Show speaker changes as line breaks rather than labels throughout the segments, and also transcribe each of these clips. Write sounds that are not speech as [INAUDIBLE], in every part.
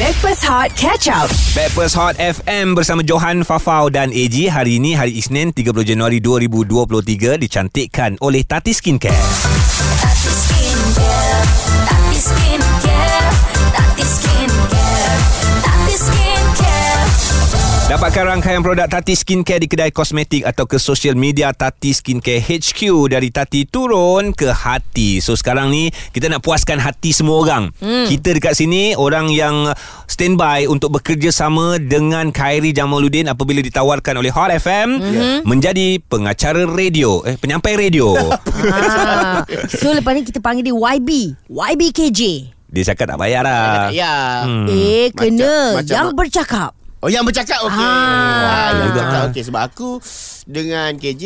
Backpass Hot Catch Up.
Backpers Hot FM bersama Johan, Fafau dan AG Hari ini hari Isnin 30 Januari 2023 Dicantikkan oleh Tati Skincare
Tati Skincare, Tati Skincare, Tati Skincare, Tati Skincare.
Dapatkan rangkaian produk Tati Skincare di kedai kosmetik Atau ke social media Tati Skincare HQ Dari Tati turun ke hati So sekarang ni kita nak puaskan hati semua orang hmm. Kita dekat sini orang yang standby Untuk bekerjasama dengan Khairi Jamaluddin Apabila ditawarkan oleh Hot FM mm-hmm. Menjadi pengacara radio Eh penyampai radio
Ah. So lepas ni kita panggil dia YB. YBKJ.
Dia cakap tak bayar lah
Ya. Hmm.
Eh kena
macam-
yang bercakap.
Oh yang bercakap okey.
Ah.
Ah, yang
Juga.
bercakap okey sebab aku dengan KJ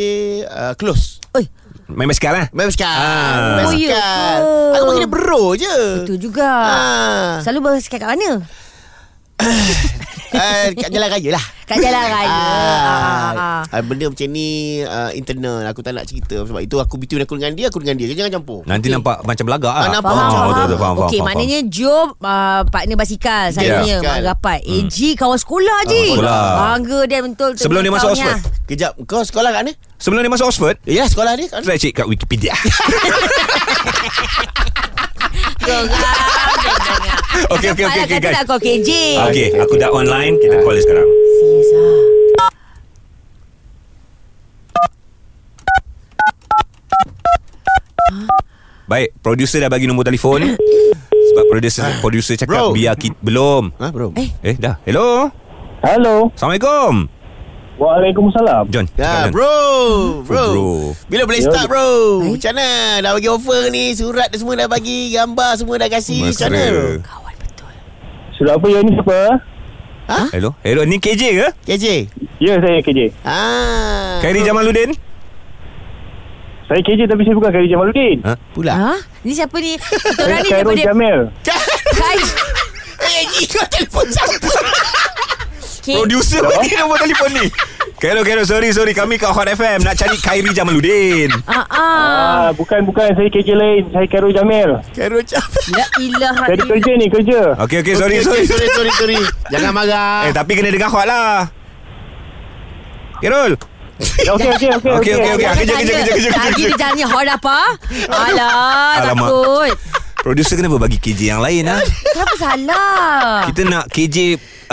uh, close.
Oi,
Main basikal lah
Main basikal.
Ah.
Main
Oh, ya
basikal.
ke?
Aku panggil dia bro je.
tu juga.
Ah.
Selalu bercakap kat mana?
uh, kat jalan raya lah.
[LAUGHS] Kat jalan raya.
Ah.
Ah.
Ah, benda macam ni uh, internal aku tak nak cerita sebab itu aku between aku dengan dia aku dengan dia jangan campur.
Nanti nampak macam belagak
Ah,
ah.
nampak.
Faham,
Oh,
faham.
betul, betul, faham,
Okey,
faham, faham, Ya. Hmm.
maknanya Job uh, partner basikal. Saya punya mak
basikal.
rapat. AG kawan sekolah je.
Kawan
sekolah.
Bangga dia betul. tu
Sebelum dia masuk
kawan ni, [LAUGHS]
Oxford.
ah.
Kejap kau sekolah kat mana?
faham. Sebelum dia masuk Oxford
Ya sekolah dia kat mana?
Try cek kat Wikipedia
Korang dengar.
Okey, okey, okey,
Farah
okey,
kata
guys.
nak kau KJ.
Okey, aku dah online Kita call dia sekarang
Serius ah.
Baik, producer dah bagi nombor telefon Sebab producer producer cakap
Ah, Bro.
biar kita Belum
Ha bro.
Eh.
Eh, dah Hello
Hello.
Assalamualaikum
Waalaikumsalam.
John
Ya,
cakap, John.
bro,
Hmm,
bro.
Bro.
Bila boleh
Yo.
start, bro?
Eh?
Macam mana? Dah bagi offer ni, surat dia semua dah bagi, gambar semua dah kasi. Macam mana? bro?
Mesra.
Kawan betul.
Sudah apa yang ni siapa?
Hello Hello, ni KJ ke?
KJ.
Ya, saya KJ.
Ah.
Khairi Jamaluddin
Saya KJ tapi saya bukan Khairi Jamaluddin.
Ha?
pula.
Ha? Ni siapa ni? Kita orang
Saya
ni
Khairul
daripada
Jamil.
Kai
Eh, kau telefon
[LAUGHS]
siapa?
K-
Producer bagi nombor telefon ni Hello, hello, sorry, sorry Kami kat Hot FM Nak cari Khairi Jamaluddin
Ah ah.
Ah, bukan bukan saya KJ lain. Saya Khairul Jamil.
Karo cap.
La ilaha
Saya di kerja ni, kerja.
Okey, okey, sorry, sorry, sorry.
sorry, sorry, sorry. Jangan marah.
Eh, tapi kena dengar Hot lah Khairul
Okey, okey, okey. Okey,
Okey, okey, okey. Kerja, kerja, kerja, kerja, kerja.
Lagi dia jalannya hot apa? Alah,
Alamak.
takut.
Producer kenapa bagi KJ yang lain
[LAUGHS]
ha?
Kenapa salah?
Kita nak KJ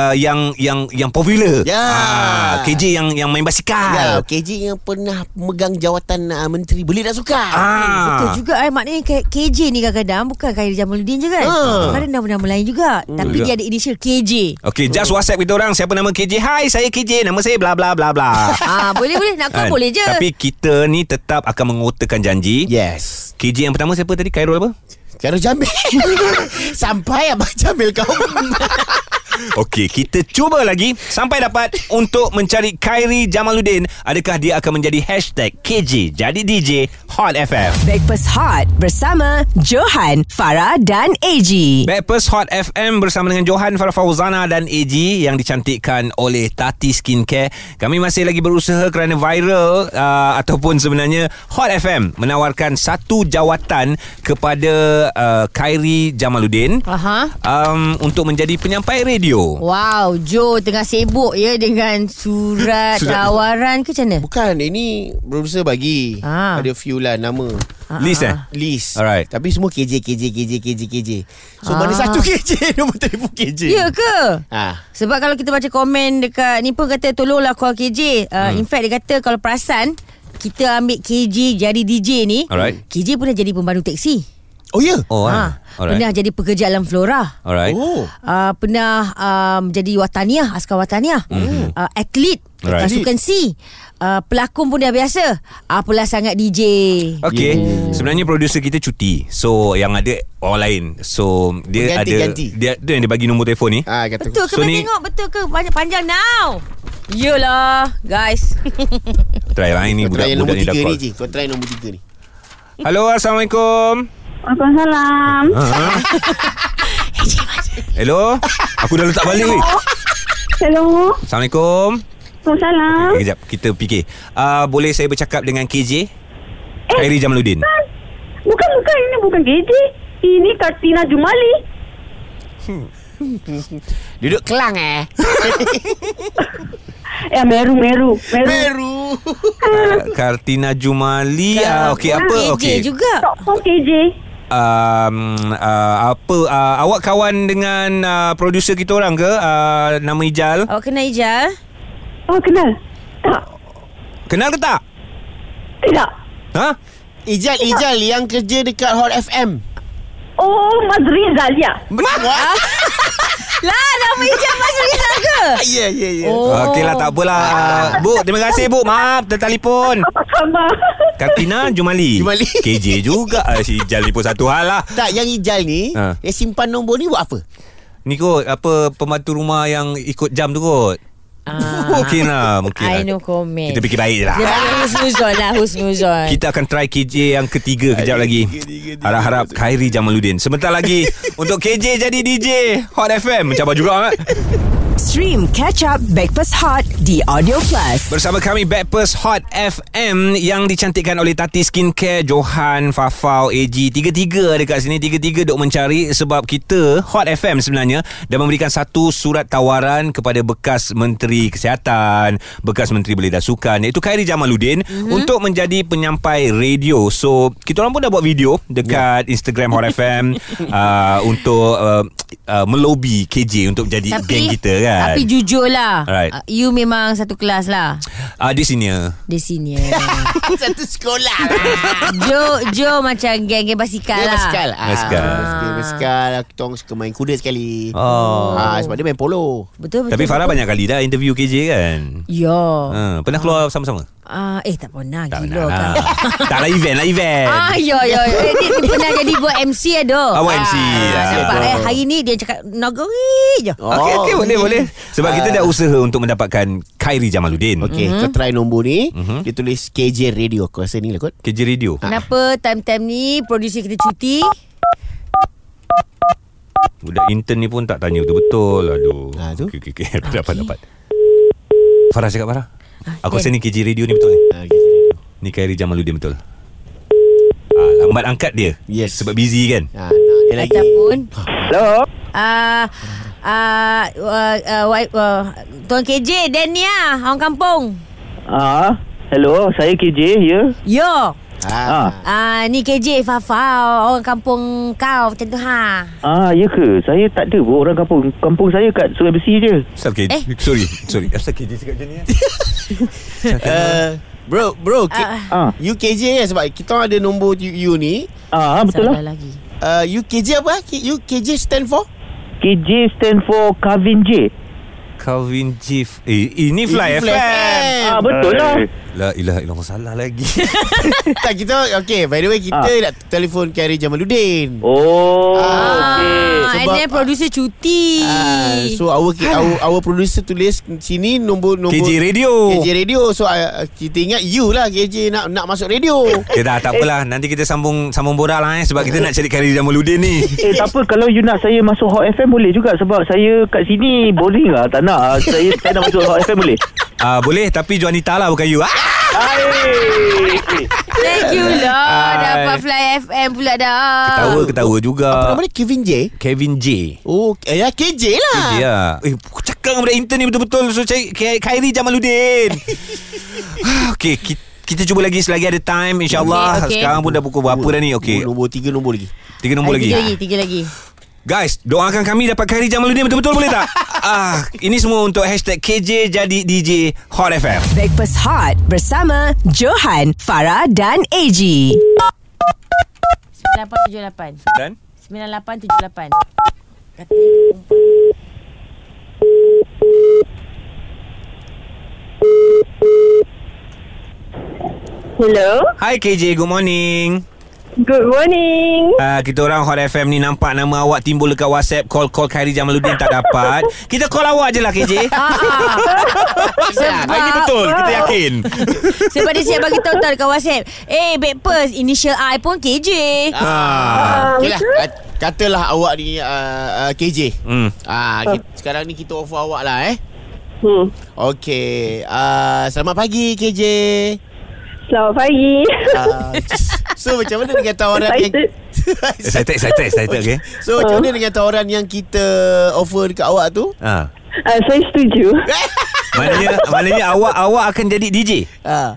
uh, yang yang yang popular.
Ya.
Ah, KJ yang yang main
Ya,
basikal.
KJ yang pernah megang jawatan uh, menteri Belia dan Sukan.
Betul
Ah.
juga eh Maknanya K- KJ ni kadang-kadang Bukan Khairi Jamaluddin je kan
Ah.
Kadang nama-nama lain juga Tapi
Hmm,
dia
juga.
ada inisial KJ
Okey, just WhatsApp kita orang siapa nama KJ. Hai, saya KJ, nama saya bla bla bla
[LAUGHS]
bla.
Ah Boleh boleh Nak kau
Kan?
boleh je Ya.
Tapi kita ni tetap akan mengutarakan janji.
Yes.
KJ yang pertama siapa tadi? Khairul apa?
Karo Jamil. [LAUGHS] Sampai Abang
[LAUGHS]
Jamil kau.
Okey, kita cuba lagi sampai dapat untuk mencari Khairi Jamaluddin. Adakah dia akan menjadi hashtag KJ jadi DJ Hot FM?
Breakfast Hot bersama Johan, Farah dan AG.
Backpast Hot FM bersama dengan Johan Farah Fauzana dan AG yang dicantikkan oleh Tati Skincare. Kami masih lagi berusaha kerana viral uh, ataupun sebenarnya Hot FM menawarkan satu jawatan kepada uh, Khairi Jamaluddin
Aha.
um, untuk menjadi penyampai radio.
Wow, Joe tengah sibuk ya dengan surat tawaran ke macam mana?
Bukan, ini producer bagi.
Ah.
Ada few lah nama.
Oh,
List
ha.
Ah.
eh?
List
Alright.
Tapi semua KJ KJ KJ KJ KJ So mana satu KJ [LAUGHS] Nombor telefon KJ
Ya ke?
Ah.
Sebab kalau kita baca komen dekat ni pun kata tolonglah call KJ. Uh, hmm. In fact dia kata kalau perasan kita ambil KJ jadi DJ ni.
Alright.
KJ pernah jadi pembantu teksi.
Oh ya
Ha,
Oh, ha. alright.
Pernah jadi pekerja alam flora.
Alright.
Oh
Uh, pernah um, jadi wataniah, askar wataniah. Mm. Uh, atlet,
Hmm. Alright.
pasukan C. Uh, pelakon pun dah biasa. Apalah sangat DJ.
Okay yeah. Sebenarnya producer kita cuti So yang ada orang lain So dia
Pengganti,
ada
ganti.
dia, dia yang dia bagi nombor telefon ni
Ah, kata
Betul ke? So
So ni-
tengok betul ke? Banyak panjang now. Yelah, guys.
Try lah ini
Kau try yang
budak-budak
nombor
ni dah
tiga ni
call
je Kau try nombor tiga ni
Halo Assalamualaikum
Waalaikumsalam.
[LAUGHS]
Hello Aku dah letak balik weh.
Hello.
Assalamualaikum
Waalaikumsalam.
okay, Kejap kita fikir uh, Boleh saya bercakap dengan KJ Khairi Jamaluddin
Bukan, bukan. Ini bukan KJ. Ini Kartina Jumali.
[LAUGHS] Duduk Kelang
[LAUGHS]
eh
Eh, Meru, Meru. Meru.
Meru [LAUGHS]
Kartina Jumali. Ah, okey
[LAUGHS]
apa?
KJ
Okey.
juga.
Tok Pong KJ.
Um, uh, apa uh, awak kawan dengan uh, producer kita orang ke? Uh, nama Ijal.
Awak kenal Ijal?
Oh, kenal? Tak.
Kenal ke tak?
Tidak.
Ha?
Ijal Ijal yang kerja dekat Hot FM
Oh, Mazri Zalia.
Wah
Lah, nama Ijal masuk Rizal ke?
Ya ya ya
Oh. Okey lah tak apalah. Uh, bu, terima kasih bu. Maaf tertelefon.
Apa khabar?
Kartina Jumali.
Jumali.
KJ juga Ah, si Ijal ni pun satu hal lah.
Tak yang Ijal ni
Ha.
Yang simpan nombor ni buat apa?
Ni kot apa pembantu rumah yang ikut jam tu kot.
Ah,
Mungkin lah Mungkin
I
lah.
no comment.
Kita fikir baik je lah
Dia panggil husnuzon lah, husnuzon.
kita akan try KJ yang ketiga kejap lagi. Harap-harap Khairi Jamaluddin. Sebentar lagi untuk KJ jadi DJ Hot FM. Mencabar juga kan?
Stream Catch Up Backpass Hot di Audio Plus.
Bersama kami Backpers Hot FM yang dicantikkan oleh Tati Skincare Johan, Fafau, AG Tiga-tiga dekat sini Tiga-tiga duk mencari Sebab kita Hot FM sebenarnya Dah memberikan satu surat tawaran Kepada bekas Menteri Kesihatan Bekas Menteri Belia Sukan Iaitu Khairi
Mhm.
Jamaluddin mm-hmm. Untuk menjadi penyampai radio So kita orang pun dah buat video
Ya.
Dekat
[LAUGHS]
Instagram Hot FM uh, Untuk uh, uh, melobi KJ Untuk jadi geng kita kan
Tapi jujur lah
Alright.
uh, You memang satu kelas lah
uh, Di sini
Di sini
[LAUGHS]
eh.
[LAUGHS] Satu sekolah lah
Jo Jo macam geng-geng basikal
Dia
lah
basikal ah.
Basikal.
Dia basikal Kita orang suka main kuda sekali
Oh.
ah, Sebab dia main polo
Betul betul
Tapi Farah
betul.
banyak kali dah interview KJ kan?
Ya
Oh.
uh.
Ha, pernah
Ah.
keluar sama-sama?
Eh tak pernah
Tak
Gila kan
pernah. lah. [LAUGHS] tak lah event lah event.
Ah, yo yo. Eh, dia, dia pernah jadi buat MC ada.
Ah, buat MC, ah.
nampak eh hari ni dia cakap nagari je.
Okey, okey,
Oh. Ah.
boleh, boleh. Sebab kita dah usaha untuk mendapatkan Khairi Jamaluddin.
Okay mm-hmm. kau try nombor ni mm-hmm. Dia tulis KJ Radio Aku rasa ni lah kot
KJ Radio.
Kenapa time-time ni producer kita cuti?
Budak intern ni pun tak tanya betul-betul. Aduh.
Ah, Ah, kan? tu.
Okey, okey, okey. [LAUGHS] Dapat, dapat, dapat. Farah cakap Farah. Aku
dia-
rasa ni KJ Radio ni betul ni.
ah, KJ Radio.
Ni Khairi Jamaluddin betul. Ah, lambat angkat dia.
Yes.
Sebab busy kan?
Ah, nak dia lagi
Ataupun
Hello
Ah, ah, ah, ah, wai- ah, Tuan KJ Dania Orang kampung
Ah, Hello Saya KJ ya
Yo
ah.
Ah ni KJ Fafa orang kampung kau macam tu ha.
Ah, ya ke? Saya tak ada pun orang kampung. Kampung saya kat Sungai Besi je.
Asal KJ?
Eh.
Sorry, sorry. Asal KJ cakap macam ni? eh?
Uh, Bro Bro K-
Ah.
Ah,
You KJ kan sebab Kita orang ada nombor you, you ni
ah betul lah.
Salah lagi.
uh, You KJ apa? K- You KJ stand for?
KJ stand for Kavin J.
Calvin Jeff. Eh, ini Fly,
Fly
FM.
Ah, betul lah.
La ilaha illallah salah [LAUGHS] lagi.
Tak kita Okay by the way Kita nak telefon Kari Jamaluddin
Oh,
Ah.
okey.
Ah, and
sebab-
then producer cuti.
Ah, so our, our our producer tulis sini nombor nombor
KJ Radio.
KJ Radio. So uh, kita ingat you lah KJ nak nak masuk radio.
Okay, dah tak apalah. Nanti kita sambung sambung borak lah eh sebab kita nak cari Khairi Jamaluddin ni.
Eh tak apa kalau you nak saya masuk Hot FM boleh juga sebab saya kat sini boring lah tak nak Ah, saya saya nak masuk Hot FM boleh.
Ah boleh tapi Juanita lah bukan you. Ah!
Hai.
Thank you lah
Hai.
Dapat Fly FM pula dah
Ketawa ketawa juga.
Apa nama dia Kevin J?
Kevin J.
Oh, eh, ya KJ lah.
KJ lah. Eh, aku cakap dengan budak intern ni betul-betul so cari Kha- Khairi Jamaluddin. Ah, okay, kita, kita cuba lagi selagi ada time insyaallah.
Okey, okey.
Sekarang pun dah pukul berapa dah ni? Okey.
Nombor, nombor tiga nombor lagi.
Tiga nombor
Ah,
lagi.
Tiga lagi Tiga lagi
Guys, doakan kami dapat Khairi Jamaluddin betul-betul boleh tak? ah, ini semua untuk hashtag KJ jadi DJ Hot FM.
Backpass Hot bersama Johan, Farah dan AG.
9878
Dan
9878 Kata
[LAUGHS] Hello.
Hi KJ, good morning.
Good morning.
Uh, kita orang Hot FM ni nampak nama awak timbul dekat WhatsApp call-call Khairi Jamaluddin tak dapat. Kita call awak je lah [LAUGHS] KJ.
Sebab
Ah, Ini betul, kita yakin.
Sebab dia siap bagi tahu tau dekat WhatsApp Eh Backpers Initial I pun KJ
Ah.
Okay lah. kat- Katalah awak ni uh, uh, KJ.
Hmm.
Ah, ki- sekarang ni kita offer awak lah eh. Ah,
Hmm.
Okay. Uh, selamat pagi KJ.
[LAUGHS] Selamat pagi.
Uh, So macam mana dengan tawaran yang
Excited,
[LAUGHS]
Excited.
excited, excited, okay.
So macam mana dengan tawaran yang kita offer dekat awak tu?
Ha.
Uh, saya setuju.
Maknanya, maknanya awak awak akan jadi DJ.
Ha.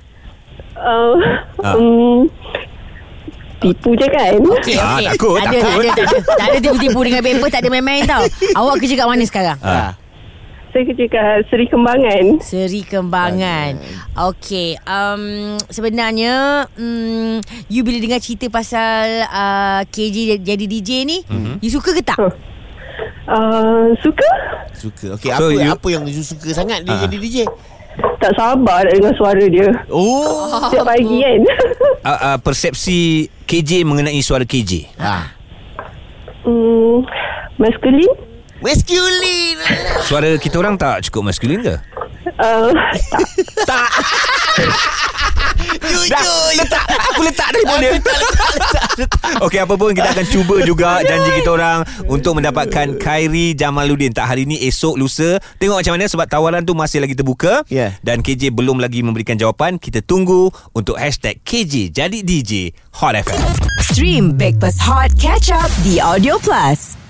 Uh,
Ah.
um, tipu je kan?
Okay,
Ah,
okay.
takut,
tak
takut.
Eh, Ada, tak, ada, tak ada tipu-tipu dengan paper Tak ada main-main tau Awak kerja kat mana sekarang?
Ha.
Saya kerja kat Seri Kembangan.
Seri Kembangan Okay um, Sebenarnya um, You bila dengar cerita pasal uh, KJ jadi DJ ni
Mhm.
mm-hmm. You suka ke tak?
Uh, suka?
Suka. Okey,
So
apa
you-
apa yang you suka sangat dia
Ah.
jadi DJ?
Tak sabar nak dengar suara dia.
Oh.
Setiap pagi kan? [LAUGHS]
Uh, uh, persepsi KJ mengenai suara KJ.
Ha.
Hmm, maskulin?
[LAUGHS]
Masculine.
Suara kita orang tak cukup maskulin ke?
Uh, tak.
Jujur. you tak.
Aku letak dari mana? Okey, apa pun kita akan cuba juga janji kita orang untuk mendapatkan Khairi Jamaluddin. Tak hari ni, esok, lusa. Tengok macam mana sebab tawaran tu masih lagi terbuka.
Ya.
Dan KJ belum lagi memberikan jawapan. Kita tunggu untuk hashtag KJ jadi DJ Hot FM.
Stream Breakfast Hot Catch Up The Audio Plus.